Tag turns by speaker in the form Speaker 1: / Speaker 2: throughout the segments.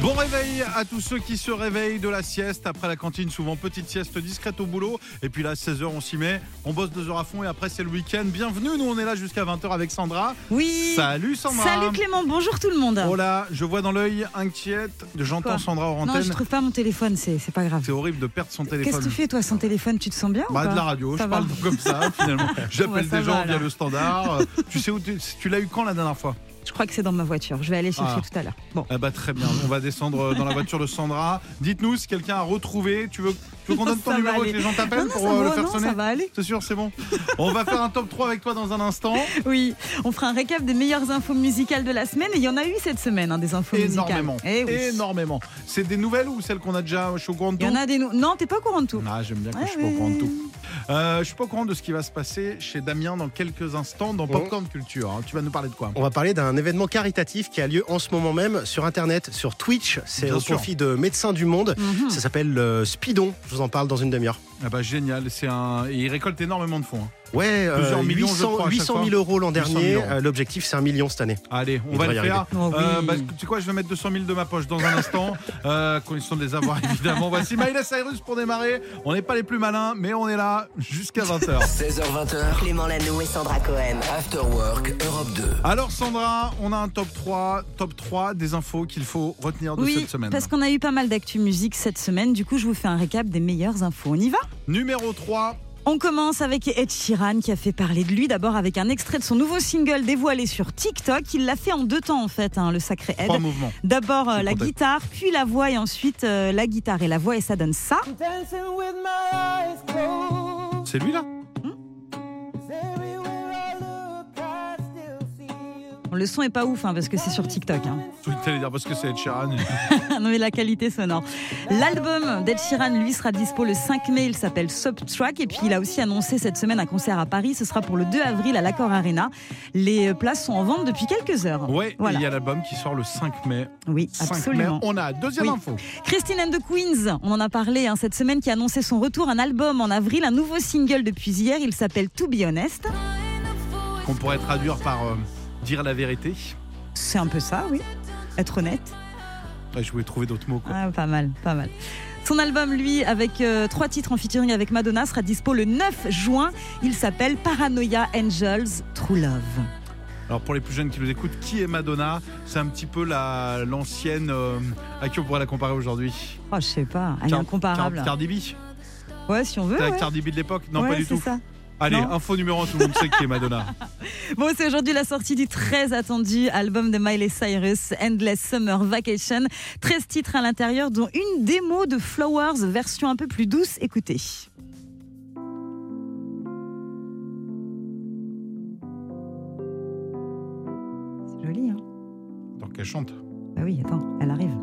Speaker 1: Bon réveil à tous ceux qui se réveillent de la sieste après la cantine, souvent petite sieste discrète au boulot. Et puis là, 16h, on s'y met, on bosse 2 heures à fond et après, c'est le week-end. Bienvenue, nous on est là jusqu'à 20h avec Sandra.
Speaker 2: Oui.
Speaker 1: Salut Sandra.
Speaker 2: Salut Clément, bonjour tout le monde.
Speaker 1: Oh là, je vois dans l'œil inquiète, j'entends
Speaker 2: Quoi
Speaker 1: Sandra hors
Speaker 2: non, je
Speaker 1: antenne.
Speaker 2: trouve pas mon téléphone, c'est c'est pas grave.
Speaker 1: C'est horrible de perdre son téléphone.
Speaker 2: Qu'est-ce que tu fais toi sans téléphone Tu te sens bien ou
Speaker 1: Bah,
Speaker 2: pas
Speaker 1: de la radio,
Speaker 2: Ça
Speaker 1: je
Speaker 2: va.
Speaker 1: parle comme ça finalement. J'appelle
Speaker 2: Ouais, ça
Speaker 1: des gens
Speaker 2: va,
Speaker 1: via
Speaker 2: alors.
Speaker 1: le standard. Euh, tu sais où tu, tu l'as eu quand la dernière fois
Speaker 2: Je crois que c'est dans ma voiture. Je vais aller chercher
Speaker 1: Ah.
Speaker 2: tout à l'heure. Bon.
Speaker 1: Ah bah très bien, on va descendre euh, dans la voiture de Sandra. Dites-nous si quelqu'un a retrouvé. Tu veux, tu veux qu'on
Speaker 2: Non,
Speaker 1: donne ton
Speaker 2: ça va
Speaker 1: numéro et
Speaker 2: aller.
Speaker 1: que les gens t'appellent
Speaker 2: non,
Speaker 1: pour
Speaker 2: ça
Speaker 1: euh,
Speaker 2: va,
Speaker 1: le faire
Speaker 2: non,
Speaker 1: sonner
Speaker 2: ça va aller.
Speaker 1: C'est sûr, c'est bon. On va faire un top 3 avec toi dans un instant.
Speaker 2: Oui, on fera un récap des meilleures infos musicales de la semaine. Et il y en a eu cette semaine, hein, des infos
Speaker 1: Énormément.
Speaker 2: musicales. Eh oui.
Speaker 1: Énormément. C'est des nouvelles ou celles qu'on a déjà Je suis au courant de
Speaker 2: Il y
Speaker 1: tout
Speaker 2: en a des no- Non, t'es pas au courant de tout.
Speaker 1: Ah, j'aime bien quand
Speaker 2: Ouais,
Speaker 1: je suis pas au courant de
Speaker 2: ouais.
Speaker 1: tout. Euh, je suis pas au courant de ce qui va se passer chez Damien dans quelques instants dans Popcorn Culture. hein. Tu vas nous parler de quoi
Speaker 3: On va parler d'un événement caritatif qui a lieu en ce moment même sur Internet, sur Twitch. C'est
Speaker 1: Bien
Speaker 3: au
Speaker 1: sûr.
Speaker 3: profit de Médecins du Monde. Ça s'appelle euh, Speedon. Je vous en parle dans une demi-heure.
Speaker 1: Ah bah génial, c'est un. et il récolte énormément de fonds. hein.
Speaker 3: Ouais, euh,
Speaker 1: Plusieurs millions, je
Speaker 3: 800,
Speaker 1: crois, à chaque
Speaker 3: 800
Speaker 1: fois.
Speaker 3: 000 euros l'an
Speaker 1: 800 000
Speaker 3: dernier.
Speaker 1: euros.
Speaker 3: Euh, L'objectif, c'est un million cette année.
Speaker 1: Allez, on
Speaker 3: Il
Speaker 1: va le
Speaker 3: devrait y
Speaker 1: faire.
Speaker 2: arriver. Oh oui.
Speaker 1: bah, tu sais quoi, je vais mettre 200 000 de ma poche dans un instant, euh, condition de les avoir évidemment. Voici Miley Cyrus pour démarrer. On n'est pas les plus malins, mais on est là jusqu'à 20h.
Speaker 4: 16h20h,
Speaker 5: Clément Lano et Sandra Cohen.
Speaker 4: After Work Europe 2.
Speaker 1: Alors Sandra, on a un top 3, top 3 des infos qu'il faut retenir de
Speaker 2: oui,
Speaker 1: cette semaine.
Speaker 2: parce qu'on a eu pas mal d'actu musique cette semaine. Du coup, je vous fais un récap des meilleures infos. On y va
Speaker 1: Numéro 3,
Speaker 2: On commence avec Ed Sheeran qui a fait parler de lui d'abord avec un extrait de son nouveau single dévoilé sur TikTok. Il l'a fait en deux temps en fait, hein, le sacré Ed.
Speaker 1: trois mouvements.
Speaker 2: D'abord euh,
Speaker 1: Je
Speaker 2: la
Speaker 1: comptais.
Speaker 2: guitare, puis la voix et ensuite euh, la guitare et la voix et ça donne ça.
Speaker 6: Dancing with my eyes closed.
Speaker 1: C'est lui là
Speaker 6: Everywhere I look, I still see you.
Speaker 2: Bon, Le son est pas ouf hein, parce que c'est sur TikTok. hein.
Speaker 1: Je voulais t'aller dire parce que c'est Ed Sheeran.
Speaker 2: non mais la qualité sonore. L'album d'Ed Sheeran lui sera dispo le 5 mai, il s'appelle Subtrack et puis il a aussi annoncé cette semaine un concert à Paris, ce sera pour le 2 avril à l'Accor Arena. Les euh, places sont en vente depuis quelques heures.
Speaker 1: Ouais, et
Speaker 2: Voilà.
Speaker 1: il y a l'album qui sort le 5 mai.
Speaker 2: Oui,
Speaker 1: 5 mai,
Speaker 2: absolument.
Speaker 1: on a deuxième
Speaker 2: Oui.
Speaker 1: info.
Speaker 2: Christine and the Queens, on en a parlé hein, cette semaine, qui a annoncé son retour, un album en avril, un nouveau single depuis hier, il s'appelle To Be Honest.
Speaker 1: Qu'on pourrait traduire par euh, dire la vérité.
Speaker 2: C'est un peu ça, oui. Être honnête.
Speaker 1: Ouais, Bah, je voulais trouver d'autres mots. Quoi.
Speaker 2: Ah, pas mal, pas mal. Son album, lui, avec euh, trois titres en featuring avec Madonna, sera dispo le 9 juin. Il s'appelle Paranoia Angels True Love.
Speaker 1: Alors pour les plus jeunes qui nous écoutent, qui est Madonna C'est un petit peu la l'ancienne. euh, à qui on pourrait la comparer aujourd'hui
Speaker 2: Oh, je sais pas, elle est
Speaker 1: Car-
Speaker 2: incomparable.
Speaker 1: Car- Cardi B
Speaker 2: Ouais, si on veut.
Speaker 1: T'as la
Speaker 2: ouais.
Speaker 1: Cardi B de l'époque Non,
Speaker 2: Ouais,
Speaker 1: pas du
Speaker 2: c'est
Speaker 1: tout.
Speaker 2: ça.
Speaker 1: Allez,
Speaker 2: Non.
Speaker 1: info numéro 1, tout le monde sait qui est Madonna.
Speaker 2: Bon, c'est aujourd'hui la sortie du très attendu album de Miley Cyrus, Endless Summer Vacation. 13 titres à l'intérieur, dont une démo de Flowers, version un peu plus douce. Écoutez. C'est joli, hein
Speaker 1: Donc elle chante.
Speaker 2: Bah oui, attends, elle arrive.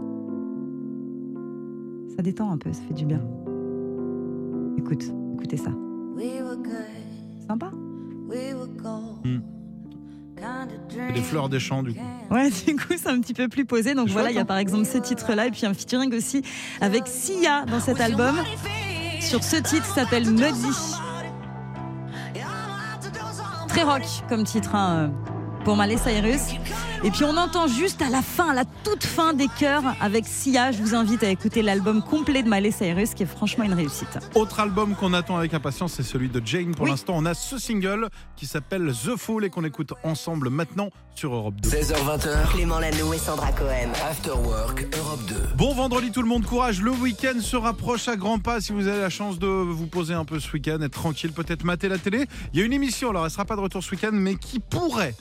Speaker 2: Ça détend un peu, ça fait du bien. Écoute, écoutez ça.
Speaker 7: We were good,
Speaker 2: Sympa
Speaker 7: we were gold.
Speaker 1: Hmm.
Speaker 7: Kind of
Speaker 1: Et
Speaker 7: dream.
Speaker 1: Des fleurs des champs du coup.
Speaker 2: Ouais, du coup, c'est un petit peu plus posé. Donc voilà, il y a par exemple ce titre-là et puis un featuring aussi avec Sia dans cet album. Sur ce titre s'appelle Muddy. Très rock comme titre hein, euh, pour Malé Cyrus. Et puis on entend juste à la fin, à la toute fin des chœurs avec Sia. Je vous invite à écouter l'album complet de Malé Cyrus qui est franchement une réussite.
Speaker 1: Autre album qu'on attend avec impatience, c'est celui de Jane. Pour
Speaker 2: Oui.
Speaker 1: l'instant, on a ce single qui s'appelle The Fool et qu'on écoute ensemble maintenant sur Europe 2.
Speaker 4: 16h20h,
Speaker 5: Clément Lano et Sandra Cohen.
Speaker 4: After Work Europe 2.
Speaker 1: Bon vendredi tout le monde, courage, le week-end se rapproche à grands pas si vous avez la chance de vous poser un peu ce week-end, être tranquille, peut-être mater la télé. Il y a une émission, alors elle sera pas de retour ce week-end, mais qui pourrait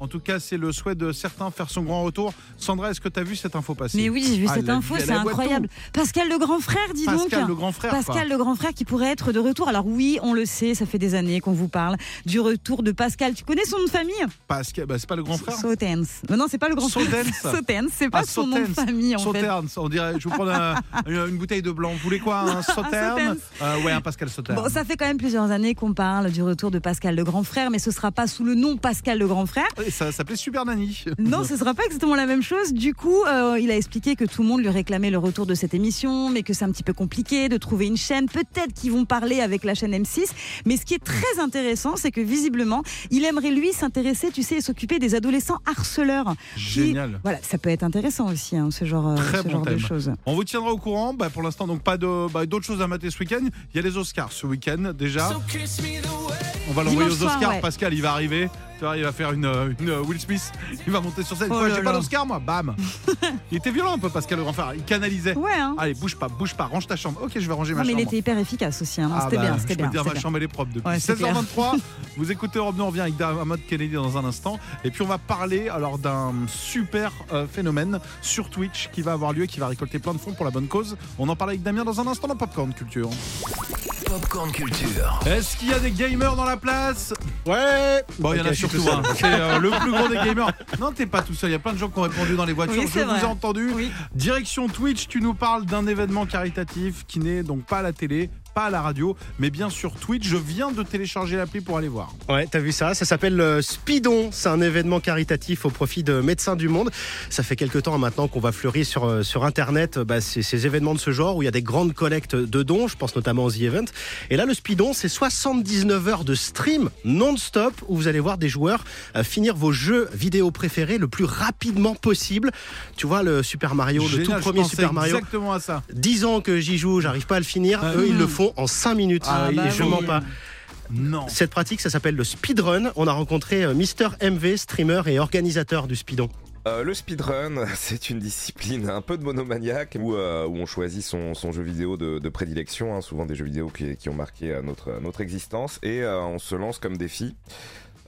Speaker 1: en tout cas, c'est le souhait de certains faire son grand retour. Sandra, est-ce que tu as vu cette info passer
Speaker 2: Mais oui, j'ai vu
Speaker 1: Ah,
Speaker 2: cette
Speaker 1: la-
Speaker 2: info,
Speaker 1: la-
Speaker 2: c'est
Speaker 1: la voit
Speaker 2: incroyable. Pascal le grand frère, dis donc.
Speaker 1: Pascal, le grand frère. quoi.
Speaker 2: Pascal, le grand frère qui pourrait être de retour. Alors oui, on le sait, ça fait des années qu'on vous parle du retour de Pascal. Tu connais son nom de famille
Speaker 1: Pascal, bah, c'est pas le grand frère
Speaker 2: Sautens. Non, non, c'est pas le grand frère.
Speaker 1: Sautens.
Speaker 2: Sautens, c'est pas
Speaker 1: Ah,
Speaker 2: son nom de
Speaker 1: Sautens.
Speaker 2: famille en fait.
Speaker 1: Sauternes, on dirait. Je vous prends un- une, une bouteille de blanc. Vous voulez quoi Un Sauterne
Speaker 2: Sauternes.
Speaker 1: Euh, Ouais, un Pascal Sauterne.
Speaker 2: Bon, ça fait quand même plusieurs années qu'on parle du retour de Pascal le grand frère, mais ce sera pas sous le nom Pascal le grand frère.
Speaker 1: Et ça s'appelait Super Nanny.
Speaker 2: Non, ce sera pas exactement la même chose. Du coup, euh, il a expliqué que tout le monde lui réclamait le retour de cette émission, mais que c'est un petit peu compliqué de trouver une chaîne. Peut-être qu'ils vont parler avec la chaîne M6. Mais ce qui est très intéressant, c'est que visiblement, il aimerait lui s'intéresser, tu sais, et s'occuper des adolescents harceleurs. qui-
Speaker 1: Génial.
Speaker 2: Voilà, ça peut être intéressant aussi, hein, ce genre, euh,
Speaker 1: Très
Speaker 2: ce
Speaker 1: bon
Speaker 2: genre de
Speaker 1: thème.
Speaker 2: choses.
Speaker 1: On vous tiendra au courant. Bah, pour l'instant, donc pas de bah, d'autres choses à mater ce week-end. Il y a les Oscars ce week-end déjà. On va l'envoyer
Speaker 2: Dimanche
Speaker 1: aux
Speaker 2: soir,
Speaker 1: Oscars.
Speaker 2: ouais.
Speaker 1: Pascal, il va arriver. Tu vois, il va faire une, euh, une, euh, Will Smith. Il va monter sur scène.
Speaker 2: Oh
Speaker 1: Quoi,
Speaker 2: là
Speaker 1: j'ai pas
Speaker 2: là.
Speaker 1: d'Oscar, moi Bam Il était violent un peu, Pascal le grand frère. Il canalisait.
Speaker 2: Ouais, hein.
Speaker 1: Allez, bouge pas, bouge pas, range ta chambre. Ok, je vais ranger ma
Speaker 2: Non, mais il
Speaker 1: chambre.
Speaker 2: était hyper efficace aussi. hein.
Speaker 1: Ah
Speaker 2: C'était
Speaker 1: bah,
Speaker 2: bien,
Speaker 1: je
Speaker 2: c'était
Speaker 1: peux
Speaker 2: bien.
Speaker 1: dire
Speaker 2: c'était
Speaker 1: ma
Speaker 2: bien.
Speaker 1: chambre elle est propre depuis
Speaker 2: Ouais, c'est
Speaker 1: 16h23. vous écoutez Europe 2, on revient avec Damod Kennedy dans un instant. Et puis on va parler alors d'un super euh, phénomène sur Twitch qui va avoir lieu, qui va récolter plein de fonds pour la bonne cause. On en parle avec Damien dans un instant dans Popcorn Culture.
Speaker 4: Popcorn Culture.
Speaker 1: Est-ce qu'il y a des gamers dans la place
Speaker 3: Ouais
Speaker 1: Bon, il y en
Speaker 3: Ok,
Speaker 1: a
Speaker 3: je suis
Speaker 1: surtout
Speaker 3: tout seul.
Speaker 1: un. C'est euh, le plus gros des gamers. Non, t'es pas tout seul. Il y a plein de gens qui ont répondu dans les voitures.
Speaker 2: Oui,
Speaker 1: Je
Speaker 2: c'est
Speaker 1: vous
Speaker 2: vrai.
Speaker 1: ai entendu.
Speaker 2: Oui.
Speaker 1: Direction Twitch, tu nous parles d'un événement caritatif qui n'est donc pas à la télé, pas à la radio, mais bien sur Twitch. Je viens de télécharger l'appli pour aller voir.
Speaker 3: Ouais, t'as vu ça Ça s'appelle euh, Speedon. C'est un événement caritatif au profit de Médecins du Monde. Ça fait quelques temps hein, maintenant qu'on va fleurir sur, euh, sur Internet euh, bah, ces, ces événements de ce genre où il y a des grandes collectes de dons. Je pense notamment aux The Event. Et là, le Speedon, c'est 79 heures de stream non-stop où vous allez voir des joueurs euh, finir vos jeux vidéo préférés le plus rapidement possible. Tu vois, le Super Mario, le
Speaker 1: Génial,
Speaker 3: tout
Speaker 1: je
Speaker 3: premier
Speaker 1: pensais
Speaker 3: Super Mario. Ah
Speaker 1: Exactement à ça.
Speaker 3: 10 ans que j'y joue, j'arrive pas à le finir.
Speaker 1: Ah,
Speaker 3: Eux,
Speaker 1: hum.
Speaker 3: ils le font en 5 minutes.
Speaker 1: Ah,
Speaker 3: Et
Speaker 1: bah
Speaker 3: je
Speaker 1: oui.
Speaker 3: mens pas.
Speaker 1: Non.
Speaker 3: Cette pratique, ça s'appelle le speedrun. On a rencontré euh, Mister MV, streamer et organisateur du speedon.
Speaker 8: Euh, le speedrun, c'est une discipline un peu de monomaniaque où, euh, où on choisit son, son jeu vidéo de, de prédilection, hein, souvent des jeux vidéo qui, qui ont marqué euh, notre, notre existence, et euh, on se lance comme défi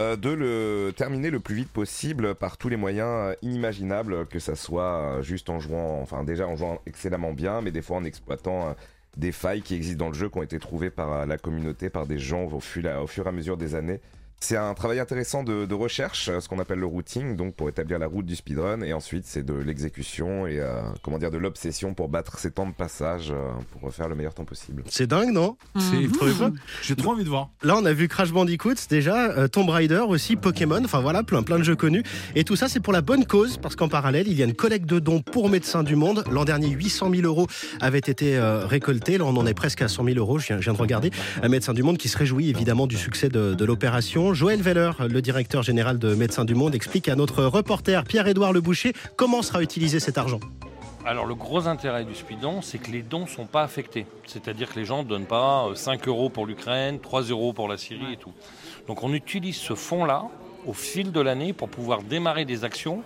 Speaker 8: euh, de le terminer le plus vite possible par tous les moyens euh, inimaginables, que ça soit euh, juste en jouant, enfin déjà en jouant excellemment bien, mais des fois en exploitant euh, des failles qui existent dans le jeu, qui ont été trouvées par euh, la communauté, par des gens au fur, au fur et à mesure des années. C'est un travail intéressant de, de recherche, euh, ce qu'on appelle le routing, donc pour établir la route du speedrun, et ensuite c'est de l'exécution et euh, comment dire de l'obsession pour battre ces temps de passage euh, pour faire le meilleur temps possible.
Speaker 3: C'est dingue, non
Speaker 2: Mhm.
Speaker 1: C'est
Speaker 3: Vous trouvez pas
Speaker 1: J'ai trop envie de voir.
Speaker 3: Là, on a vu Crash Bandicoot déjà, euh, Tomb Raider aussi, Pokémon, enfin voilà, plein, plein de jeux connus. Et tout ça, c'est pour la bonne cause, parce qu'en parallèle, il y a une collecte de dons pour Médecins du Monde. L'an dernier, 800 000 euros avaient été euh, récoltés. Là, on en est presque à 100 000 euros, je viens, je viens de regarder. Un Médecins du Monde qui se réjouit évidemment du succès de, de l'opération. Joël Veller, le directeur général de Médecins du Monde, explique à notre reporter Pierre-Édouard Leboucher comment sera utilisé cet argent.
Speaker 9: Alors le gros intérêt du speedon, c'est que les dons ne sont pas affectés. C'est-à-dire que les gens ne donnent pas euh, 5 euros pour l'Ukraine, 3 euros pour la Syrie et tout. Donc on utilise ce fonds-là au fil de l'année pour pouvoir démarrer des actions.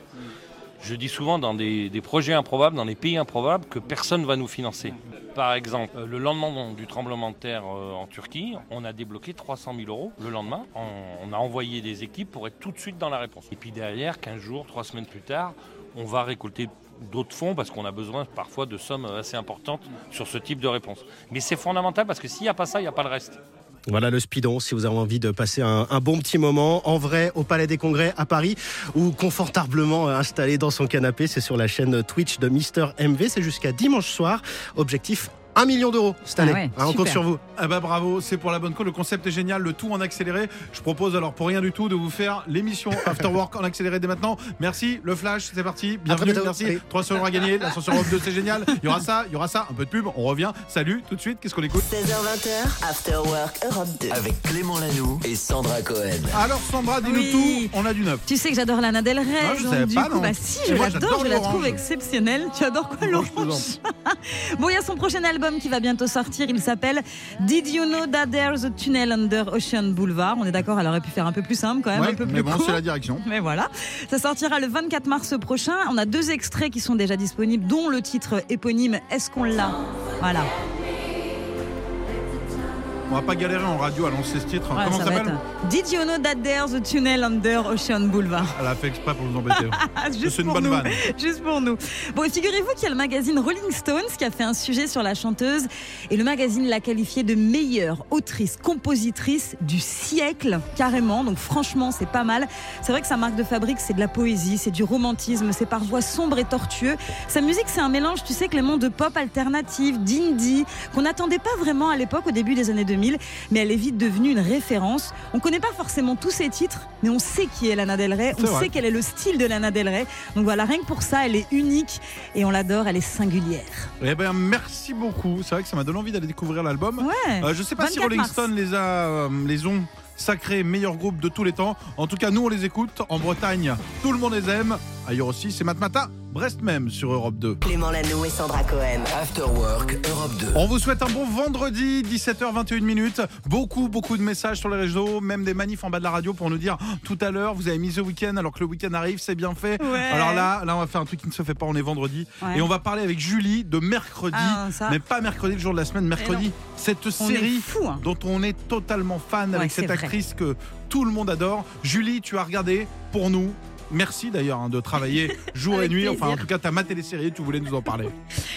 Speaker 9: Je dis souvent dans des, des projets improbables, dans des pays improbables, que personne ne va nous financer. Par exemple, euh, le lendemain du tremblement de terre euh, en Turquie, on a débloqué 300 000 euros le lendemain. On, on a envoyé des équipes pour être tout de suite dans la réponse. Et puis derrière, 15 jours, 3 semaines plus tard, on va récolter d'autres fonds parce qu'on a besoin parfois de sommes assez importantes sur ce type de réponse. Mais c'est fondamental parce que s'il n'y a pas ça, il n'y a pas le reste.
Speaker 3: Voilà le speedon, si vous avez envie de passer un, un bon petit moment en vrai au Palais des Congrès à Paris ou confortablement euh, installé dans son canapé, c'est sur la chaîne Twitch de Mister MV, c'est jusqu'à dimanche soir. Objectif 1 million d'euros cette
Speaker 2: Ah
Speaker 3: année.
Speaker 2: ouais,
Speaker 3: Hein, on compte
Speaker 2: super.
Speaker 3: sur vous.
Speaker 1: Ah bah bravo, c'est pour la bonne cause. Le concept est génial, le tout en accéléré. Je propose alors pour rien du tout de vous faire l'émission After Work en accéléré dès maintenant. Merci, le flash, c'est parti. Bienvenue,
Speaker 3: bientôt.
Speaker 1: merci.
Speaker 3: Allez.
Speaker 1: 300 euros à gagner, l'ascenseur Europe 2, c'est génial. Il y aura ça, il y aura ça, un peu de pub, on revient. Salut, tout de suite, qu'est-ce qu'on écoute
Speaker 5: 16h20, After Work Europe 2.
Speaker 4: Avec Clément Lanoux et Sandra Cohen.
Speaker 1: Alors Sandra, dis-nous
Speaker 2: Oui.
Speaker 1: tout, on a du neuf.
Speaker 2: Tu sais que j'adore Lana Del Rey.
Speaker 1: Ah, je
Speaker 2: donc
Speaker 1: savais
Speaker 2: du
Speaker 1: pas,
Speaker 2: coup,
Speaker 1: non.
Speaker 2: bah si,
Speaker 1: Et
Speaker 2: je
Speaker 1: moi,
Speaker 2: l'adore,
Speaker 1: j'adore
Speaker 2: je la
Speaker 1: l'orange.
Speaker 2: trouve exceptionnelle. Tu adores quoi,
Speaker 1: Moi, je
Speaker 2: l'orange Bon, il y a son prochain album qui va bientôt sortir. Il s'appelle Did You Know That There's a Tunnel Under Ocean Boulevard On est d'accord, elle aurait pu faire un peu plus simple quand même,
Speaker 1: Ouais,
Speaker 2: Ah, un peu
Speaker 1: mais
Speaker 2: plus
Speaker 1: bon,
Speaker 2: court.
Speaker 1: c'est la direction.
Speaker 2: Mais voilà, ça sortira le 24 mars prochain. On a deux extraits qui sont déjà disponibles, dont le titre éponyme Est-ce qu'on l'a Voilà.
Speaker 1: On va pas galérer en radio à lancer ce titre.
Speaker 2: Ouais,
Speaker 1: Comment
Speaker 2: ça
Speaker 1: ça
Speaker 2: va
Speaker 1: s'appelle
Speaker 2: être- Did you know that there's a tunnel under Ocean Boulevard
Speaker 1: Elle a fait exprès pour nous embêter.
Speaker 2: Ah, juste
Speaker 1: C'est une
Speaker 2: pour
Speaker 1: bonne
Speaker 2: nous.
Speaker 1: vanne.
Speaker 2: Juste pour nous. Bon, et figurez-vous qu'il y a le magazine Rolling Stones qui a fait un sujet sur la chanteuse et le magazine l'a qualifiée de meilleure autrice, compositrice du siècle, carrément. Donc franchement, c'est pas mal. C'est vrai que sa marque de fabrique, c'est de la poésie, c'est du romantisme, c'est parfois sombre et tortueux. Sa musique, c'est un mélange, tu sais, Clément, de pop alternative, d'indie, qu'on n'attendait pas vraiment à l'époque, au début des années 2000. 2000, mais elle est vite devenue une référence. On connaît pas forcément tous ses titres, mais on sait qui est Lana Del Rey, on
Speaker 1: C'est vrai.
Speaker 2: sait quel est le style de Lana Del Rey. Donc voilà, rien que pour ça, elle est unique et on l'adore, elle est singulière.
Speaker 1: Eh ben, merci beaucoup. C'est vrai que ça m'a donné envie d'aller découvrir l'album.
Speaker 2: Ouais.
Speaker 1: Euh, je sais pas si
Speaker 2: 24
Speaker 1: Rolling
Speaker 2: mars.
Speaker 1: Stone les a, euh, les ont sacrés meilleurs groupes de tous les temps. En tout cas, nous on les écoute en Bretagne. Tout le monde les aime. Ailleurs aussi, c'est Matmata, Brest même sur Europe 2.
Speaker 5: Clément Lano et Sandra Cohen.
Speaker 4: After Work Europe 2.
Speaker 1: On vous souhaite un bon vendredi, 17h21 minutes. Beaucoup, beaucoup de messages sur les réseaux, même des manifs en bas de la radio pour nous dire Oh, tout à l'heure, vous avez mis ce week-end alors que le week-end arrive, c'est bien fait.
Speaker 2: Ouais.
Speaker 1: Alors là, là, on va faire un truc qui ne se fait pas. On est vendredi
Speaker 2: Ouais.
Speaker 1: et on va parler avec Julie de mercredi,
Speaker 2: Ah, ça.
Speaker 1: mais pas mercredi le jour de la semaine, mercredi. Cette
Speaker 2: On
Speaker 1: série
Speaker 2: est fou. hein.
Speaker 1: dont on est totalement fan
Speaker 2: Ouais,
Speaker 1: avec
Speaker 2: c'est
Speaker 1: cette
Speaker 2: vrai.
Speaker 1: actrice que tout le monde adore. Julie, tu as regardé pour nous. Merci d'ailleurs hein, de travailler jour et
Speaker 10: Avec
Speaker 1: nuit. Enfin, en
Speaker 10: plaisir.
Speaker 1: tout cas, t'as maté les séries, tu voulais nous en parler.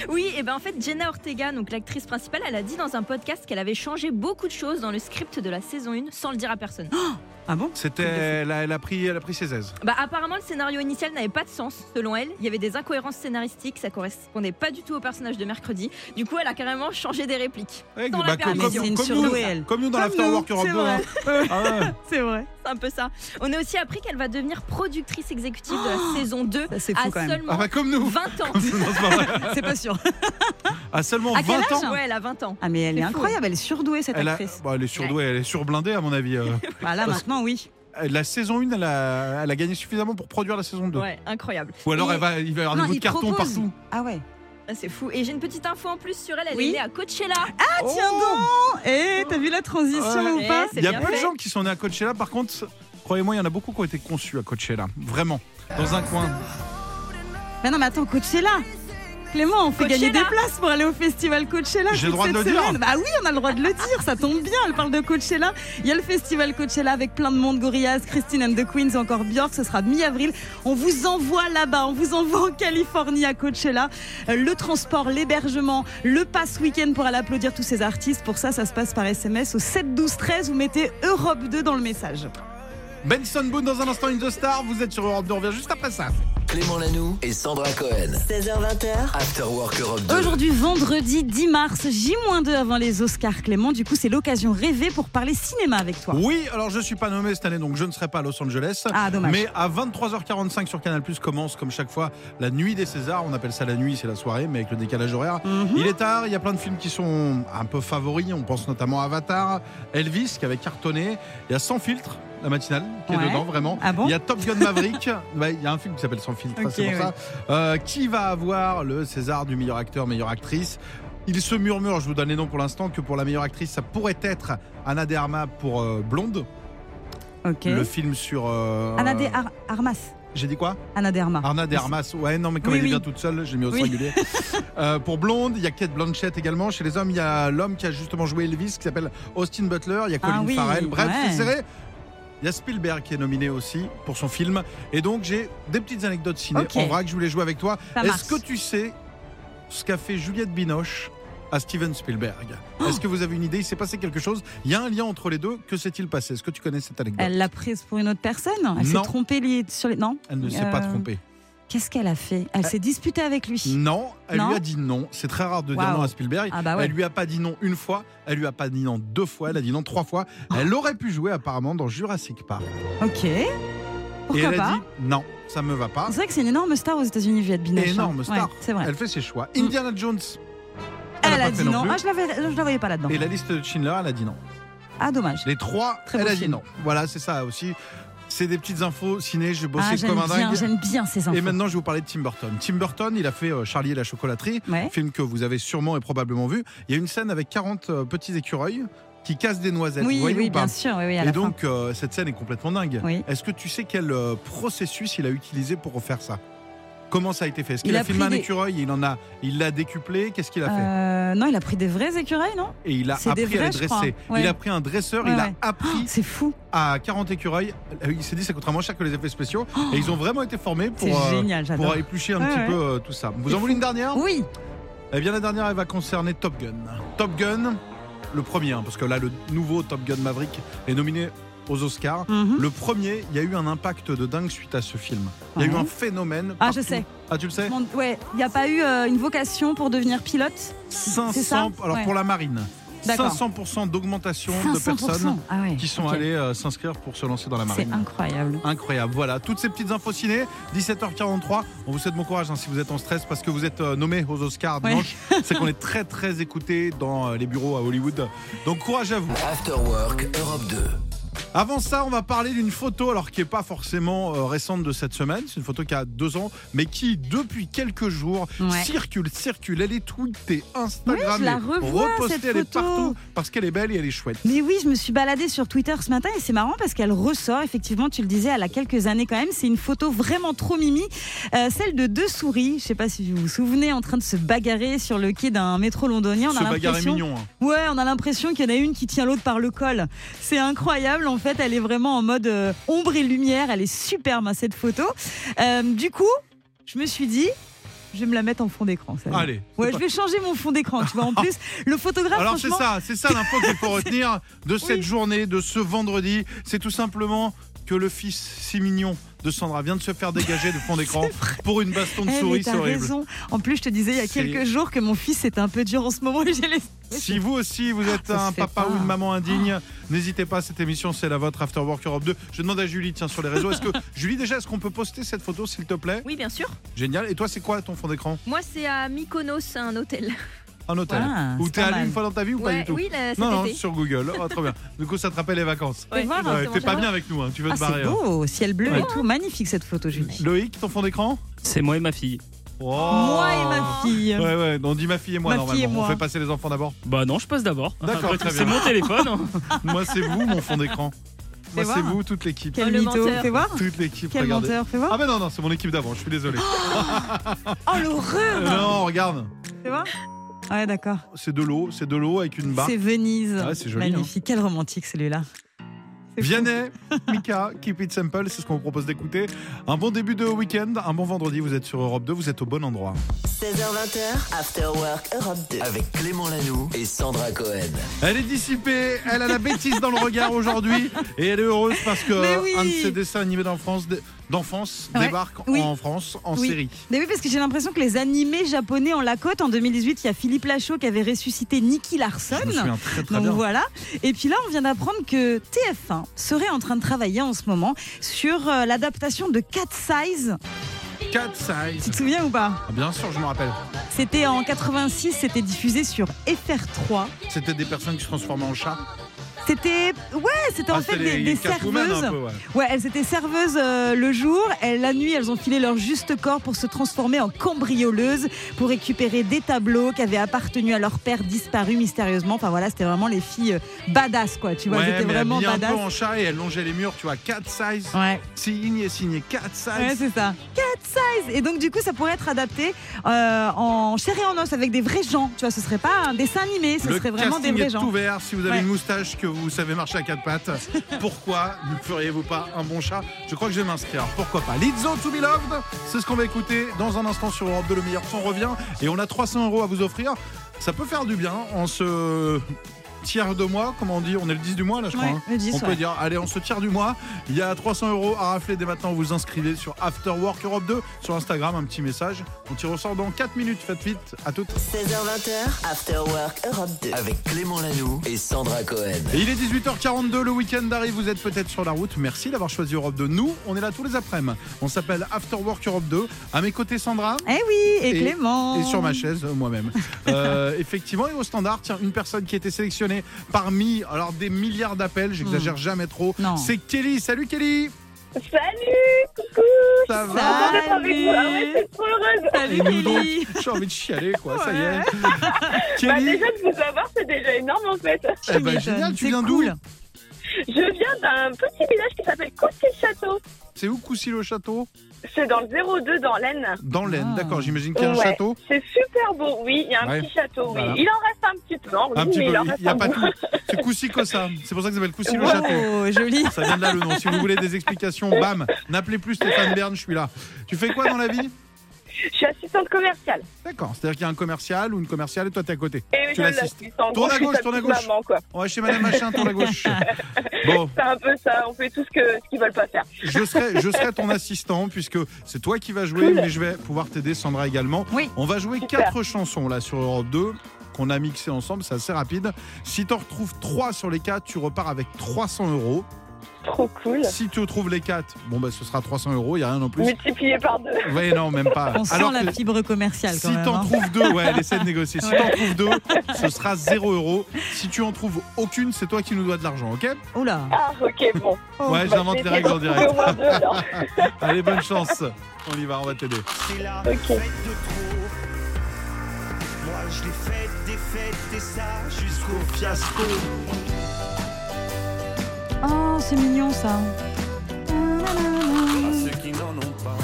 Speaker 10: Oui, et ben en fait, Jenna Ortega, donc l'actrice principale, elle a dit dans un podcast qu'elle avait changé beaucoup de choses dans le script de la saison 1 sans le dire à personne.
Speaker 2: Ah bon
Speaker 1: C'était, elle a, elle a pris, elle a pris ses aises.
Speaker 10: Bah apparemment, le scénario initial n'avait pas de sens selon elle. Il y avait des incohérences scénaristiques, ça correspondait pas du tout au personnage de mercredi. Du coup, elle a carrément changé des répliques.
Speaker 1: Ouais,
Speaker 10: Sans
Speaker 1: bah,
Speaker 10: la
Speaker 1: comme, comme-
Speaker 10: permission.
Speaker 2: C'est une
Speaker 1: comme nous,
Speaker 2: surdouée, elle.
Speaker 1: comme nous dans
Speaker 2: Comme nous,
Speaker 1: l'Afterwork Europe
Speaker 2: c'est
Speaker 1: 2.
Speaker 2: vrai.
Speaker 1: hein. Ah ouais.
Speaker 2: C'est vrai.
Speaker 10: C'est un peu ça. On a aussi appris qu'elle va devenir productrice exécutive de la saison 2
Speaker 2: Oh ça, c'est fou
Speaker 10: à
Speaker 2: quand même.
Speaker 1: Ah
Speaker 10: seulement
Speaker 1: bah, comme nous.
Speaker 10: 20 ans.
Speaker 1: Non, c'est pas vrai.
Speaker 2: C'est pas sûr.
Speaker 1: À seulement
Speaker 2: À quel
Speaker 1: 20 ans.
Speaker 10: Ouais, elle a 20 ans.
Speaker 2: Ah mais elle est,
Speaker 10: C'est fou.
Speaker 2: incroyable, elle est surdouée cette
Speaker 1: Elle, a,
Speaker 2: actrice.
Speaker 1: bah, elle est surdouée, elle est surblindée à mon avis. euh.
Speaker 2: Voilà,
Speaker 1: Parce-
Speaker 2: maintenant oui.
Speaker 1: la saison 1, elle a, elle a gagné suffisamment pour produire la saison 2.
Speaker 10: Ouais, incroyable.
Speaker 1: Ou alors
Speaker 10: Et-
Speaker 1: elle va, il va y avoir des
Speaker 2: Non,
Speaker 1: bouts de
Speaker 2: il
Speaker 1: carton
Speaker 2: propose.
Speaker 1: partout.
Speaker 2: Ah ouais.
Speaker 10: Ah, C'est fou. Et j'ai une petite info en plus sur elle. Elle
Speaker 2: Oui.
Speaker 10: est née à Coachella.
Speaker 2: Ah tiens donc Eh, t'as vu la transition
Speaker 1: Ouais.
Speaker 2: ou pas
Speaker 10: Eh, c'est
Speaker 1: Il y a
Speaker 10: bien
Speaker 1: peu de
Speaker 10: fait.
Speaker 1: gens qui sont nés à Coachella. Par contre, croyez-moi, il y en a beaucoup qui ont été conçus à Coachella. Vraiment. Dans un coin.
Speaker 2: Mais non mais attends, Coachella Clément, on fait
Speaker 10: Coachella.
Speaker 2: gagner des places pour aller au festival Coachella.
Speaker 1: J'ai le
Speaker 2: toute
Speaker 1: droit de
Speaker 2: cette
Speaker 1: le dire.
Speaker 2: semaine. Bah oui, on a le droit de le dire, ça tombe bien. Elle parle de Coachella. Il y a le festival Coachella avec plein de monde, Gorillaz, Christine and the Queens, encore Björk. Ce sera mi-avril. On vous envoie là-bas, on vous envoie en Californie à Coachella. Euh, Le transport, l'hébergement, le pass week-end pour aller applaudir tous ces artistes. Pour ça, ça se passe par SMS au 7 12 13. Vous mettez Europe 2 dans le message.
Speaker 1: Benson Boone dans un instant, In the Star. Vous êtes sur Europe 2. On revient juste après ça.
Speaker 4: Clément Lanoux et Sandra Cohen.
Speaker 5: 16h20h,
Speaker 4: After Work Europe 2.
Speaker 2: Aujourd'hui, vendredi 10 mars, J-2 avant les Oscars Clément. Du coup, c'est l'occasion rêvée pour parler cinéma avec toi.
Speaker 1: Oui, alors je suis pas nommé cette année, donc je ne serai pas à Los Angeles.
Speaker 2: Ah, dommage.
Speaker 1: Mais à 23h45 sur Canal Plus commence, comme chaque fois, la nuit des Césars. On appelle ça la nuit, c'est la soirée, mais avec le décalage horaire.
Speaker 2: Mhm.
Speaker 1: Il est tard, il y a plein de films qui sont un peu favoris. On pense notamment à Avatar, Elvis qui avait cartonné. Il y a Sans filtre, la matinale, qui
Speaker 2: Ouais.
Speaker 1: est dedans, vraiment.
Speaker 2: Ah bon
Speaker 1: il y a Top Gun Maverick. Ouais, il y a un film qui s'appelle Sans filtre,
Speaker 2: Ok,
Speaker 1: c'est pour
Speaker 2: ouais.
Speaker 1: ça. Euh, qui va avoir le César du meilleur acteur, meilleure actrice il se murmure, je vous donne les noms pour l'instant, que pour la meilleure actrice, ça pourrait être Anna de Armas pour euh, Blonde,
Speaker 2: Ok.
Speaker 1: Oh, le film sur. euh,
Speaker 2: Anna de Ar- Armas.
Speaker 1: J'ai dit quoi
Speaker 2: Anna de Armas.
Speaker 1: Arna de Armas. Ouais, non, mais comme
Speaker 2: Oui,
Speaker 1: elle est
Speaker 2: oui.
Speaker 1: bien toute seule, j'ai mis au
Speaker 2: Oui.
Speaker 1: singulier. Euh, pour Blonde, il y a Kate Blanchett également. Chez les hommes, il y a l'homme qui a justement joué Elvis, qui s'appelle Austin Butler. Il y a Colin
Speaker 2: Ah oui,
Speaker 1: Farrell. Bref,
Speaker 2: ouais.
Speaker 1: c'est serré. Il y a Spielberg qui est nominé aussi pour son film. Et donc, j'ai des petites anecdotes ciné
Speaker 2: Ok.
Speaker 1: en vrac. Je voulais jouer avec toi.
Speaker 2: Ça marche.
Speaker 1: Est-ce que tu sais ce qu'a fait Juliette Binoche à Steven Spielberg
Speaker 2: Oh
Speaker 1: Est-ce que vous avez une idée Il s'est passé quelque chose Il y a un lien entre les deux. Que s'est-il passé Est-ce que tu connais cette anecdote
Speaker 2: Elle l'a prise pour une autre personne Elle s'est
Speaker 1: Non.
Speaker 2: trompée li- sur les. Non
Speaker 1: Elle ne s'est pas
Speaker 2: Euh,
Speaker 1: trompée.
Speaker 2: Qu'est-ce qu'elle a fait Elle s'est disputée avec lui.
Speaker 1: Euh, Non, elle
Speaker 2: Non
Speaker 1: lui a dit non. C'est très rare de dire
Speaker 2: Waouh.
Speaker 1: non à Spielberg.
Speaker 2: Ah bah ouais.
Speaker 1: Elle lui a pas dit non une fois, elle lui a pas dit non deux fois, elle a dit non trois fois. Elle aurait pu jouer apparemment dans Jurassic Park.
Speaker 2: Ok.
Speaker 1: et
Speaker 2: Pourquoi
Speaker 1: elle a
Speaker 2: pas
Speaker 1: dit non, ça me va pas.
Speaker 2: C'est vrai que c'est une énorme star aux États-Unis, Juliette Binoche. hein.
Speaker 1: Énorme star.
Speaker 2: Ouais, c'est vrai.
Speaker 1: Elle fait ses choix. Indiana Jones.
Speaker 2: Elle,
Speaker 1: a
Speaker 2: a
Speaker 1: pas
Speaker 2: dit
Speaker 1: fait non
Speaker 2: non.
Speaker 1: plus.
Speaker 2: Ah, je, l'avais- je la voyais pas là-dedans.
Speaker 1: Et la liste de Schindler, elle a dit non.
Speaker 2: Ah, dommage.
Speaker 1: Les trois,
Speaker 2: Très
Speaker 1: elle
Speaker 2: beau
Speaker 1: a dit
Speaker 2: film.
Speaker 1: non. Voilà, c'est ça aussi. C'est des petites infos ciné, je bossais
Speaker 2: Ah,
Speaker 1: comme
Speaker 2: j'aime
Speaker 1: un
Speaker 2: bien,
Speaker 1: dingue.
Speaker 2: j'aime bien ces infos.
Speaker 1: Et maintenant, je vais vous parler de Tim Burton. Tim Burton, il a fait euh, Charlie et la chocolaterie,
Speaker 2: Ouais.
Speaker 1: film que vous avez sûrement et probablement vu. Il y a une scène avec 40 euh, petits écureuils qui cassent des noisettes.
Speaker 2: Oui,
Speaker 1: vous voyez
Speaker 2: oui,
Speaker 1: ou pas
Speaker 2: bien sûr. Oui, oui, à
Speaker 1: Et
Speaker 2: la
Speaker 1: donc, euh, cette scène est complètement dingue.
Speaker 2: fin. Oui.
Speaker 1: Est-ce que tu sais quel euh, processus il a utilisé pour refaire ça Comment ça a été fait Est-ce
Speaker 2: Il
Speaker 1: qu'il a,
Speaker 2: a
Speaker 1: filmé
Speaker 2: pris
Speaker 1: un
Speaker 2: des-
Speaker 1: écureuil et il en a, il l'a décuplé Qu'est-ce qu'il a fait
Speaker 2: Euh, non, il a pris des vrais écureuils, non
Speaker 1: Et il a
Speaker 2: c'est
Speaker 1: appris
Speaker 2: des
Speaker 1: à les
Speaker 2: vrais, je crois.
Speaker 1: dresser.
Speaker 2: Ouais.
Speaker 1: Il a pris un dresseur,
Speaker 2: Ouais, Oh,
Speaker 1: il
Speaker 2: ouais.
Speaker 1: a appris
Speaker 2: C'est fou.
Speaker 1: à 40 écureuils. Euh, Il s'est dit ça coûtera moins cher que les effets spéciaux. Et ils ont vraiment été formés
Speaker 2: Oh C'est
Speaker 1: pour, euh,
Speaker 2: génial, j'adore.
Speaker 1: pour éplucher un
Speaker 2: Ouais,
Speaker 1: petit
Speaker 2: ouais.
Speaker 1: peu euh, tout ça. Vous en voulez une dernière
Speaker 2: Oui,
Speaker 1: Eh bien, la dernière, elle va concerner Top Gun. Top Gun, le premier, hein, parce que là, le nouveau Top Gun Maverick est nominé aux Oscars.
Speaker 2: Mhm.
Speaker 1: Le premier, il y a eu un impact de dingue suite à ce film. Il y a eu
Speaker 2: Ouais.
Speaker 1: un phénomène.
Speaker 2: Ah, je
Speaker 1: partout.
Speaker 2: sais.
Speaker 1: Ah, tu le sais
Speaker 2: Mon- ouais, il n'y a pas eu euh, une vocation pour devenir pilote.
Speaker 1: 500.
Speaker 2: ça
Speaker 1: Alors,
Speaker 2: Ouais.
Speaker 1: pour la marine,
Speaker 2: D'accord.
Speaker 1: 500% d'augmentation de
Speaker 2: 500%.
Speaker 1: personnes
Speaker 2: Ah ouais,
Speaker 1: qui sont
Speaker 2: ok.
Speaker 1: allées euh, s'inscrire pour se lancer dans la
Speaker 2: C'est
Speaker 1: marine.
Speaker 2: incroyable.
Speaker 1: Incroyable. Voilà, toutes ces petites infos ciné, 17h43. On vous souhaite bon courage hein, si vous êtes en stress parce que vous êtes euh, nommé aux Oscars
Speaker 2: Ouais.
Speaker 1: dimanche. C'est qu'on est très très écouté dans euh, les bureaux à Hollywood. Donc courage à vous.
Speaker 4: After Work Europe 2.
Speaker 1: Avant ça, on va parler d'une photo, alors qui n'est pas forcément euh, récente de cette semaine. C'est une photo qui a deux ans, mais qui, depuis quelques jours,
Speaker 2: Ouais.
Speaker 1: circule, circule. Elle est tweetée,
Speaker 2: Ouais, je
Speaker 1: Instagrammée,
Speaker 2: la revois,
Speaker 1: repostée.
Speaker 2: cette
Speaker 1: elle est
Speaker 2: photo.
Speaker 1: partout parce qu'elle est belle et elle est chouette.
Speaker 2: Mais oui, je me suis baladée sur Twitter ce matin et c'est marrant parce qu'elle ressort, effectivement, tu le disais, elle a quelques années quand même. C'est une photo vraiment trop mimi, euh, celle de deux souris, je sais pas si vous vous souvenez, en train de se bagarrer sur le quai d'un métro londonien. On
Speaker 1: Ce
Speaker 2: a
Speaker 1: bagarre est
Speaker 2: l'impression.
Speaker 1: mignon. hein.
Speaker 2: Ouais, on a l'impression qu'il y en a une qui tient l'autre par le col. C'est incroyable, en fait, elle est vraiment en mode euh, ombre et lumière. Elle est superbe, hein, cette photo. Euh, du coup, je me suis dit, je vais me la mettre en fond d'écran. celle-là.
Speaker 1: Allez. c'est
Speaker 2: Ouais,
Speaker 1: pas-
Speaker 2: je vais changer mon fond d'écran, tu vois. En plus, le photographe,
Speaker 1: Alors c'est
Speaker 2: franchement,
Speaker 1: ça, c'est ça l'info qu'il faut retenir de cette
Speaker 2: Oui.
Speaker 1: journée, de ce vendredi. C'est tout simplement que le fils si mignon de Sandra vient de se faire dégager de fond d'écran pour une baston de
Speaker 2: Eh, mais
Speaker 1: souris,
Speaker 2: t'as
Speaker 1: c'est horrible.
Speaker 2: raison. En plus, je te disais il y a
Speaker 1: C'est-
Speaker 2: quelques jours que mon fils était un peu dur en ce moment. J'ai laissé-
Speaker 1: Si vous aussi vous êtes
Speaker 2: ça se
Speaker 1: un
Speaker 2: fait
Speaker 1: papa
Speaker 2: pas.
Speaker 1: ou une maman indigne, n'hésitez pas, cette émission c'est la vôtre, After Work Europe 2. Je demande à Julie, tiens, sur les réseaux, est-ce que Julie déjà, est-ce qu'on peut poster cette photo s'il te plaît
Speaker 10: Oui, bien sûr.
Speaker 1: Génial. Et toi c'est quoi ton fond d'écran
Speaker 10: Moi, c'est à Mykonos, un hôtel.
Speaker 1: Un hôtel
Speaker 2: Ah,
Speaker 1: Où
Speaker 2: c'est
Speaker 1: t'es
Speaker 2: pas
Speaker 1: allé
Speaker 2: mal.
Speaker 1: une fois dans ta vie ou pas
Speaker 10: Ouais,
Speaker 1: du tout
Speaker 10: oui, là, cet
Speaker 1: Non, non,
Speaker 10: été.
Speaker 1: sur Google. Ah, très bien. Du coup ça te rappelle les vacances.
Speaker 2: Fais voir,
Speaker 1: Ouais,
Speaker 2: hein,
Speaker 1: T'es pas
Speaker 2: comment-
Speaker 1: bien avec nous, hein, tu veux
Speaker 2: Ah,
Speaker 1: te
Speaker 2: c'est
Speaker 1: barrer. hein.
Speaker 2: beau, ciel bleu
Speaker 1: Ouais.
Speaker 2: et tout. Magnifique cette photo, Julie.
Speaker 1: Loïc, ton fond d'écran
Speaker 11: C'est moi et ma fille.
Speaker 1: Oh.
Speaker 2: Moi et ma fille.
Speaker 1: Ouais, ouais, on dit ma fille et moi
Speaker 2: Ma
Speaker 1: normalement.
Speaker 2: fille et
Speaker 1: On
Speaker 2: moi.
Speaker 1: fait passer les enfants d'abord.
Speaker 11: Bah non, je passe d'abord.
Speaker 1: D'accord,
Speaker 11: Après
Speaker 1: très
Speaker 11: tout, C'est
Speaker 1: bien.
Speaker 11: mon téléphone. hein.
Speaker 1: moi, c'est vous, mon fond d'écran. Moi,
Speaker 2: Fais
Speaker 1: c'est
Speaker 2: voir.
Speaker 1: vous, toute l'équipe.
Speaker 2: Quel
Speaker 10: Oh, le
Speaker 2: mytho.
Speaker 10: menteur.
Speaker 2: Fais voir.
Speaker 1: Toute l'équipe,
Speaker 2: Quel
Speaker 1: regardez.
Speaker 2: menteur. Fais
Speaker 1: Ah,
Speaker 2: voir.
Speaker 1: ben non, non, c'est mon équipe d'avant, je suis désolé.
Speaker 2: Oh
Speaker 1: Euh,
Speaker 2: l'horreur.
Speaker 1: non, regarde,
Speaker 2: Fais voir. Ouais, d'accord.
Speaker 1: c'est de l'eau, c'est de l'eau avec une barre.
Speaker 2: C'est Venise.
Speaker 1: Ah ouais, c'est joli,
Speaker 2: Magnifique. Quel romantique celui-là. C'est fou.
Speaker 1: Vianney, Mika, Keep It Simple, c'est ce qu'on vous propose d'écouter. Un bon début de week-end, un bon vendredi, vous êtes sur Europe 2, vous êtes au bon endroit.
Speaker 5: 16h20h, After Work Europe 2.
Speaker 4: Avec Clément Lanoux et Sandra Cohen.
Speaker 1: Elle est dissipée, elle a la bêtise dans le regard aujourd'hui et elle est heureuse parce
Speaker 2: Mais
Speaker 1: que
Speaker 2: oui.
Speaker 1: un de ses dessins animés d'enfance d'enfance
Speaker 2: Ouais.
Speaker 1: débarque
Speaker 2: Oui.
Speaker 1: en France en
Speaker 2: Oui.
Speaker 1: série.
Speaker 2: Mais oui, parce que j'ai l'impression que les animés japonais ont la cote. En 2018, il y a Philippe Lachaud qui avait ressuscité Nicky Larson.
Speaker 1: Je me souviens très très
Speaker 2: Donc
Speaker 1: bien.
Speaker 2: voilà. Et puis là, on vient d'apprendre que TF1 serait en train de travailler en ce moment sur euh, l'adaptation de Cat Size.
Speaker 1: 4 size.
Speaker 2: Tu te souviens ou pas
Speaker 1: Ah, Bien sûr, je me rappelle.
Speaker 2: C'était en 86, c'était diffusé sur FR3.
Speaker 1: C'était des personnes qui se transformaient en chat.
Speaker 2: C'était ouais, c'était en
Speaker 1: Ah,
Speaker 2: fait
Speaker 1: c'était
Speaker 2: des,
Speaker 1: les
Speaker 2: des
Speaker 1: Catwoman un
Speaker 2: serveuses.
Speaker 1: peu, ouais.
Speaker 2: Ouais, elles étaient serveuses euh, le jour. Elles, la nuit, elles ont filé leur juste corps pour se transformer en cambrioleuses, pour récupérer des tableaux qui avaient appartenu à leur père disparu mystérieusement. Enfin voilà, c'était vraiment les filles euh, badass quoi. Tu vois,
Speaker 1: Ouais,
Speaker 2: elles étaient
Speaker 1: mais
Speaker 2: vraiment
Speaker 1: habillées un
Speaker 2: badass.
Speaker 1: peu en chat et elle longeait les murs, tu vois. 4 size.
Speaker 2: Ouais.
Speaker 1: Signé, signé, 4 size.
Speaker 2: Ouais, c'est ça. Cat size. Et donc du coup, ça pourrait être adapté euh, en chair et en os avec des vrais gens. Tu vois, ce serait pas un dessin animé, ce
Speaker 1: le
Speaker 2: serait vraiment des
Speaker 1: casting
Speaker 2: vrais
Speaker 1: est
Speaker 2: gens.
Speaker 1: ouvert. Si vous avez
Speaker 2: Ouais.
Speaker 1: une moustache que vous savez marcher à quatre pattes, pourquoi ne feriez-vous pas un bon chat Je crois que je vais m'inscrire. Pourquoi pas Lizzo to be loved, c'est ce qu'on va écouter dans un instant sur Europe de le meilleur. On revient et on a 300 euros à vous offrir. Ça peut faire du bien en ce tiers de mois, comment on dit On est le 10 du mois là, je crois.
Speaker 2: Ouais,
Speaker 1: hein
Speaker 2: le 10,
Speaker 1: on peut
Speaker 2: ouais.
Speaker 1: dire, allez, on se tire du mois. Il y a 300 euros à rafler dès maintenant. Vous inscrivez sur After Work Europe 2 sur Instagram, un petit message. On tire au sort dans 4 minutes. Faites vite. À toutes.
Speaker 5: 16h20h, After Work Europe 2.
Speaker 4: Avec Clément Lanoux et Sandra Cohen.
Speaker 1: Et il est 18h42, le week-end arrive, vous êtes peut-être sur la route. Merci d'avoir choisi Europe 2. Nous, on est là tous les après-midi. On s'appelle After Work Europe 2. À mes côtés, Sandra.
Speaker 2: Eh oui, et,
Speaker 1: Et-
Speaker 2: Clément.
Speaker 1: Et sur ma chaise, euh, moi-même. Euh, effectivement, et au standard, tiens, une personne qui a été sélectionnée parmi alors des milliards d'appels, j'exagère jamais trop.
Speaker 2: Non.
Speaker 1: C'est Kelly. Salut Kelly. Salut. Coucou. Ça va
Speaker 2: Salut. Salut
Speaker 1: Et nous donc,
Speaker 2: Kelly.
Speaker 1: j'ai envie de chialer, quoi. Ça y est. Kelly.
Speaker 6: de vous avoir, c'est déjà énorme en fait.
Speaker 1: eh ben, génial, tu
Speaker 2: C'est
Speaker 1: viens
Speaker 2: cool.
Speaker 1: d'où
Speaker 6: Je viens d'un petit village qui s'appelle Coussis-Château.
Speaker 1: C'est où Coucy-le-Château
Speaker 6: C'est dans le 02 dans l'Aisne.
Speaker 1: Dans l'Aisne,
Speaker 2: Ah.
Speaker 1: d'accord. J'imagine qu'il y a un
Speaker 6: Ouais.
Speaker 1: château.
Speaker 6: C'est super beau, oui, il y a un
Speaker 1: Ouais.
Speaker 6: petit château, oui.
Speaker 1: Voilà.
Speaker 6: Il en reste un petit peu, en
Speaker 1: Un
Speaker 6: oui,
Speaker 1: petit
Speaker 6: mais
Speaker 1: peu,
Speaker 6: il en
Speaker 1: il
Speaker 6: reste
Speaker 1: n'y a
Speaker 6: un
Speaker 1: pas
Speaker 6: peu.
Speaker 1: tout. C'est Coussi Cossa. C'est pour ça que ça s'appelle Coussi le château.
Speaker 2: Oh, joli.
Speaker 1: Ça vient de là le nom. Si vous voulez des explications, bam, n'appelez plus Stéphane Bern, je suis là. Tu fais quoi dans la vie
Speaker 6: Je suis assistante commerciale.
Speaker 1: D'accord, c'est-à-dire qu'il y a un commercial ou une commerciale et toi t'es à côté.
Speaker 6: Et
Speaker 1: Tu
Speaker 6: je
Speaker 1: l'assistes.
Speaker 6: l'assiste.
Speaker 1: Tourne
Speaker 6: En gros,
Speaker 1: à
Speaker 6: je suis
Speaker 1: gauche,
Speaker 6: sa
Speaker 1: tourne à
Speaker 6: petite
Speaker 1: gauche.
Speaker 6: Maman, quoi.
Speaker 1: On va chez Madame Machin, tourne à gauche. Bon,
Speaker 6: C'est un peu ça, on fait tout ce que ce qu'ils veulent pas faire.
Speaker 1: je serai, je serai ton assistant puisque c'est toi qui vas jouer, mais je vais pouvoir t'aider, Sandra également.
Speaker 2: Oui.
Speaker 1: On va jouer
Speaker 6: Super.
Speaker 1: quatre chansons là sur Europe 2. qu'on a mixé ensemble, c'est assez rapide. Si tu en retrouves 3 sur les 4, tu repars avec 300 euros.
Speaker 6: Trop cool.
Speaker 1: Si tu retrouves les 4, bon bah ce sera 300 euros, il n'y a rien en plus.
Speaker 6: Multiplié par deux.
Speaker 1: Oui, non, même pas.
Speaker 2: On sent
Speaker 1: Alors
Speaker 2: la
Speaker 1: que-
Speaker 2: fibre commerciale quand
Speaker 1: si
Speaker 2: même.
Speaker 1: t'en
Speaker 2: hein.
Speaker 1: trouves deux, ouais, elle essaie de négocier. Si
Speaker 2: Ouais.
Speaker 1: t'en trouves deux, ce sera 0 euros. Si tu en trouves aucune, c'est toi qui nous dois de l'argent, ok
Speaker 2: Oula.
Speaker 6: Ah, ok, bon.
Speaker 1: Ouais,
Speaker 6: bah,
Speaker 1: j'invente les règles en direct.
Speaker 6: Au moins deux, alors.
Speaker 1: Allez, bonne chance. On y va, on va t'aider.
Speaker 12: C'est la
Speaker 6: Ok.
Speaker 12: fête de trop. Moi je l'ai faite, des fêtes et ça jusqu'au fiasco.
Speaker 2: Oh, c'est mignon ça.
Speaker 12: À ceux qui n'en ont pas.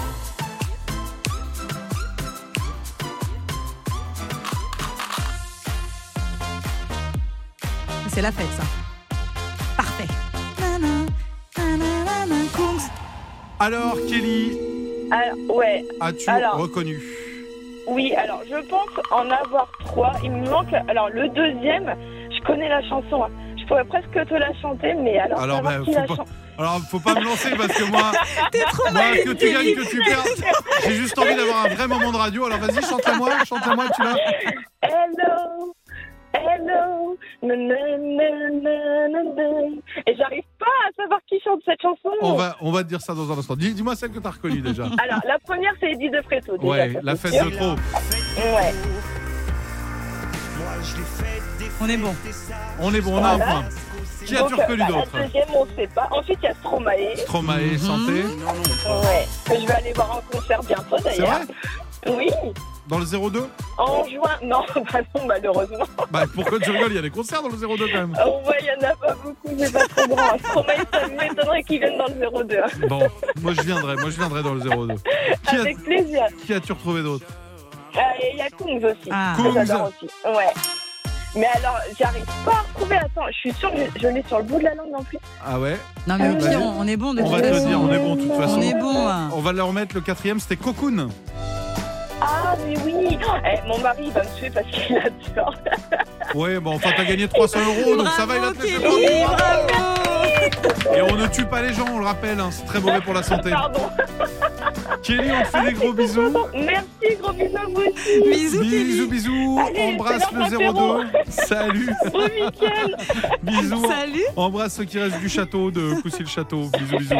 Speaker 2: C'est la fête ça. Parfait. Nanana, nanana, Kungs.
Speaker 1: Alors, Kelly,
Speaker 6: Alors, ouais,
Speaker 1: as-tu
Speaker 6: Alors.
Speaker 1: reconnu
Speaker 6: oui, alors je pense en avoir trois. Il me manque. Alors, le deuxième, je connais la chanson. hein. Je pourrais presque te la chanter, mais alors.
Speaker 1: Alors,
Speaker 6: savoir
Speaker 1: bah,
Speaker 6: qui
Speaker 1: faut
Speaker 6: la
Speaker 1: pas-
Speaker 6: chante.
Speaker 1: Alors, faut pas me lancer parce que moi,
Speaker 2: T'es trop
Speaker 1: moi
Speaker 2: mal.
Speaker 1: que tu gagnes, que tu perds, j'ai juste envie d'avoir un vrai moment de radio. Alors, vas-y, chante-la-moi, chante-la-moi, tu l'as.
Speaker 6: Hello! Hello! na, na, na, na, na, na. Et j'arrive pas à savoir qui chante cette chanson.
Speaker 1: On va, on va te dire ça dans un instant. Dis- Dis-moi celle que t'as reconnue déjà.
Speaker 6: Alors, la première, c'est Eddie de Fréto. déjà,
Speaker 1: Ouais,
Speaker 6: ça,
Speaker 1: la
Speaker 6: c'est
Speaker 1: fête
Speaker 6: sûr.
Speaker 1: de trop.
Speaker 6: Ouais.
Speaker 12: Moi je l'ai faite, des
Speaker 2: On est bon.
Speaker 12: fêtes et ça.
Speaker 1: On est bon, on a un
Speaker 6: Voilà.
Speaker 1: point. Qui as-tu
Speaker 6: Donc, euh,
Speaker 1: reconnu
Speaker 6: bah,
Speaker 1: d'autre
Speaker 6: La deuxième, on sait pas. Ensuite, il y a Stromae.
Speaker 1: Stromae, santé.
Speaker 6: Ouais. Que je vais aller voir en concert bientôt,
Speaker 1: C'est
Speaker 6: d'ailleurs.
Speaker 1: vrai
Speaker 6: Oui.
Speaker 1: Dans le 02
Speaker 6: En juin. Non, bah non, malheureusement.
Speaker 1: Bah pourquoi tu rigoles Il y a des concerts dans le 02 quand même.
Speaker 6: Oh, ouais, il y en a pas beaucoup. C'est pas trop grand. Stromae, ça m'étonnerait qu'il vienne dans le 02. hein.
Speaker 1: Bon, moi je viendrai, moi je viendrai dans le 02. Qui, a,
Speaker 6: Avec plaisir.
Speaker 1: qui as-tu retrouvé d'autre
Speaker 6: Euh, Et il y a Kungs aussi.
Speaker 2: Ah.
Speaker 6: Que
Speaker 1: Kungs.
Speaker 6: J'adore aussi. Ouais. Mais alors, j'arrive pas à retrouver. Attends, je suis sûre que je- je l'ai sur le bout de la langue en plus.
Speaker 1: Ah ouais
Speaker 2: Non mais au
Speaker 1: Vas-y.
Speaker 2: pire, on on est bon de
Speaker 1: On
Speaker 2: toute
Speaker 1: va te le dire,
Speaker 2: façon.
Speaker 1: on est bon de toute
Speaker 2: On est
Speaker 1: façon.
Speaker 2: bon. hein.
Speaker 1: On va leur mettre le quatrième, c'était Cocoon.
Speaker 6: Ah, mais oui. Eh, mon mari il va me tuer parce qu'il adore.
Speaker 1: Ouais, bon, enfin t'as gagné 300 euros, donc ça va, il a
Speaker 2: Bravo,
Speaker 1: te laissé
Speaker 2: Kelly,
Speaker 1: prendre.
Speaker 2: bravo.
Speaker 1: Et on ne tue pas les gens, on le rappelle, hein, c'est très mauvais pour la santé.
Speaker 6: Pardon.
Speaker 1: Kelly, on te fait des gros bisous.
Speaker 6: Merci, gros bisous à vous aussi.
Speaker 2: Bisous,
Speaker 1: Bisous,
Speaker 2: Kelly.
Speaker 1: bisous,
Speaker 6: Allez,
Speaker 1: embrasse
Speaker 6: c'est
Speaker 1: le
Speaker 6: leur apéro.
Speaker 1: 02. Salut,
Speaker 6: Bon week-end.
Speaker 1: bisous.
Speaker 2: Salut.
Speaker 1: Embrasse ceux qui restent du château, de Coucy-le-Château. Bisous, bisous.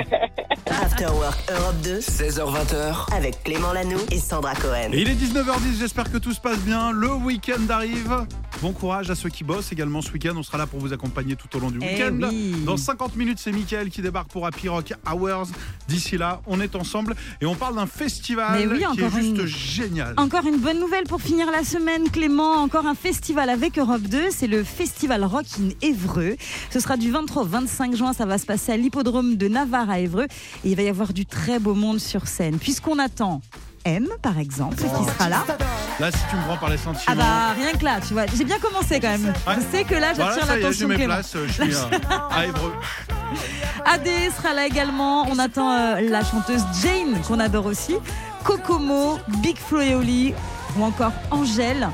Speaker 5: After Work Europe 2
Speaker 4: 16h20h.
Speaker 5: avec Clément Lanoux et Sandra Cohen.
Speaker 1: Et il est 19h10, j'espère que tout se passe bien. Le week-end arrive. Bon courage à ceux qui bossent également ce week-end. On sera là pour vous accompagner tout au long du
Speaker 2: Eh
Speaker 1: week-end.
Speaker 2: oui.
Speaker 1: Dans 50 minutes, c'est Mickaël qui débarque pour Happy Rock Hours. D'ici là, on est ensemble et on parle d'un festival
Speaker 2: Mais oui,
Speaker 1: qui est
Speaker 2: encore
Speaker 1: juste
Speaker 2: une-
Speaker 1: génial.
Speaker 2: Encore une bonne nouvelle pour finir la semaine, Clément. Encore un festival avec Europe 2. C'est le Festival Rock in Évreux. Ce sera du 23 au 25 juin. Ça va se passer à l'hippodrome de Navarre à Évreux. Et il va y avoir du très beau monde sur scène. Puisqu'on attend M, par exemple, qui sera là.
Speaker 1: Là, si Oh, tu me prends par les sentiments.
Speaker 2: Ah bah, rien que là, tu vois. J'ai bien commencé quand même.
Speaker 1: Ouais.
Speaker 2: Je sais que là,
Speaker 1: voilà,
Speaker 2: j'attire
Speaker 1: ça y est, j'ai
Speaker 2: l'attention de
Speaker 1: mes
Speaker 2: Clément.
Speaker 1: places. Je suis euh, à Évreux.
Speaker 2: AD sera là également. On attend euh, la chanteuse Jane, qu'on adore aussi. Kokomo, Big Flo et Oli, ou encore Angèle.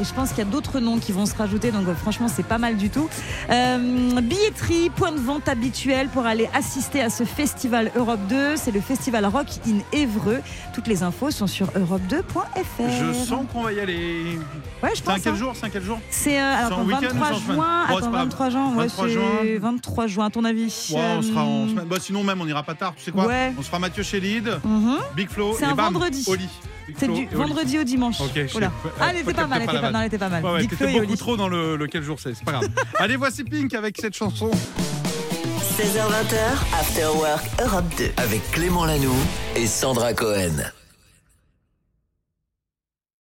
Speaker 2: Et je pense qu'il y a d'autres noms qui vont se rajouter, donc euh, franchement, c'est pas mal du tout. Euh, billetterie, point de vente habituel pour aller assister à ce festival Europe 2. C'est le festival Rock in Évreux. Toutes les infos sont sur europe2.fr.
Speaker 1: Je sens qu'on va y aller.
Speaker 2: Ouais, je
Speaker 1: C'est un
Speaker 2: pense.
Speaker 1: quel
Speaker 2: hein.
Speaker 1: jour C'est un quel jour
Speaker 2: C'est euh, alors,
Speaker 1: C'est en
Speaker 2: attends,
Speaker 1: week-end ou
Speaker 2: 23
Speaker 1: c'est en semaine
Speaker 2: juin.
Speaker 1: Bon, c'est
Speaker 2: Attends,
Speaker 1: pas grave.
Speaker 2: 23 juin. ouais,
Speaker 1: 23
Speaker 2: c'est
Speaker 1: juin.
Speaker 2: 23 juin, à ton avis.
Speaker 1: Ouais, on sera en
Speaker 2: euh,
Speaker 1: semaine. Bah, sinon, même, on n'ira pas tard. Tu sais quoi
Speaker 2: Ouais.
Speaker 1: On sera Mathieu Chéline,
Speaker 2: mhm.
Speaker 1: Big Flo
Speaker 2: C'est
Speaker 1: et
Speaker 2: un
Speaker 1: bam,
Speaker 2: vendredi.
Speaker 1: Oli. Big
Speaker 2: C'est
Speaker 1: Flo
Speaker 2: du
Speaker 1: et Oli.
Speaker 2: vendredi au dimanche.
Speaker 1: Ok, je
Speaker 2: Oula.
Speaker 1: sais.
Speaker 2: Ah, elle était
Speaker 1: Faut
Speaker 2: pas mal,
Speaker 1: capter
Speaker 2: elle
Speaker 1: pas
Speaker 2: était
Speaker 1: la
Speaker 2: pas mal, elle était pas mal.
Speaker 1: Ouais, ouais,
Speaker 2: Big Flo
Speaker 1: t'étais
Speaker 2: et
Speaker 1: beaucoup
Speaker 2: Oli.
Speaker 1: trop dans le, le quel jour c'est, c'est pas grave. Allez, voici Pink avec cette chanson.
Speaker 5: 16h20, After Work Europe 2.
Speaker 4: Avec Clément Lanoux et Sandra Cohen.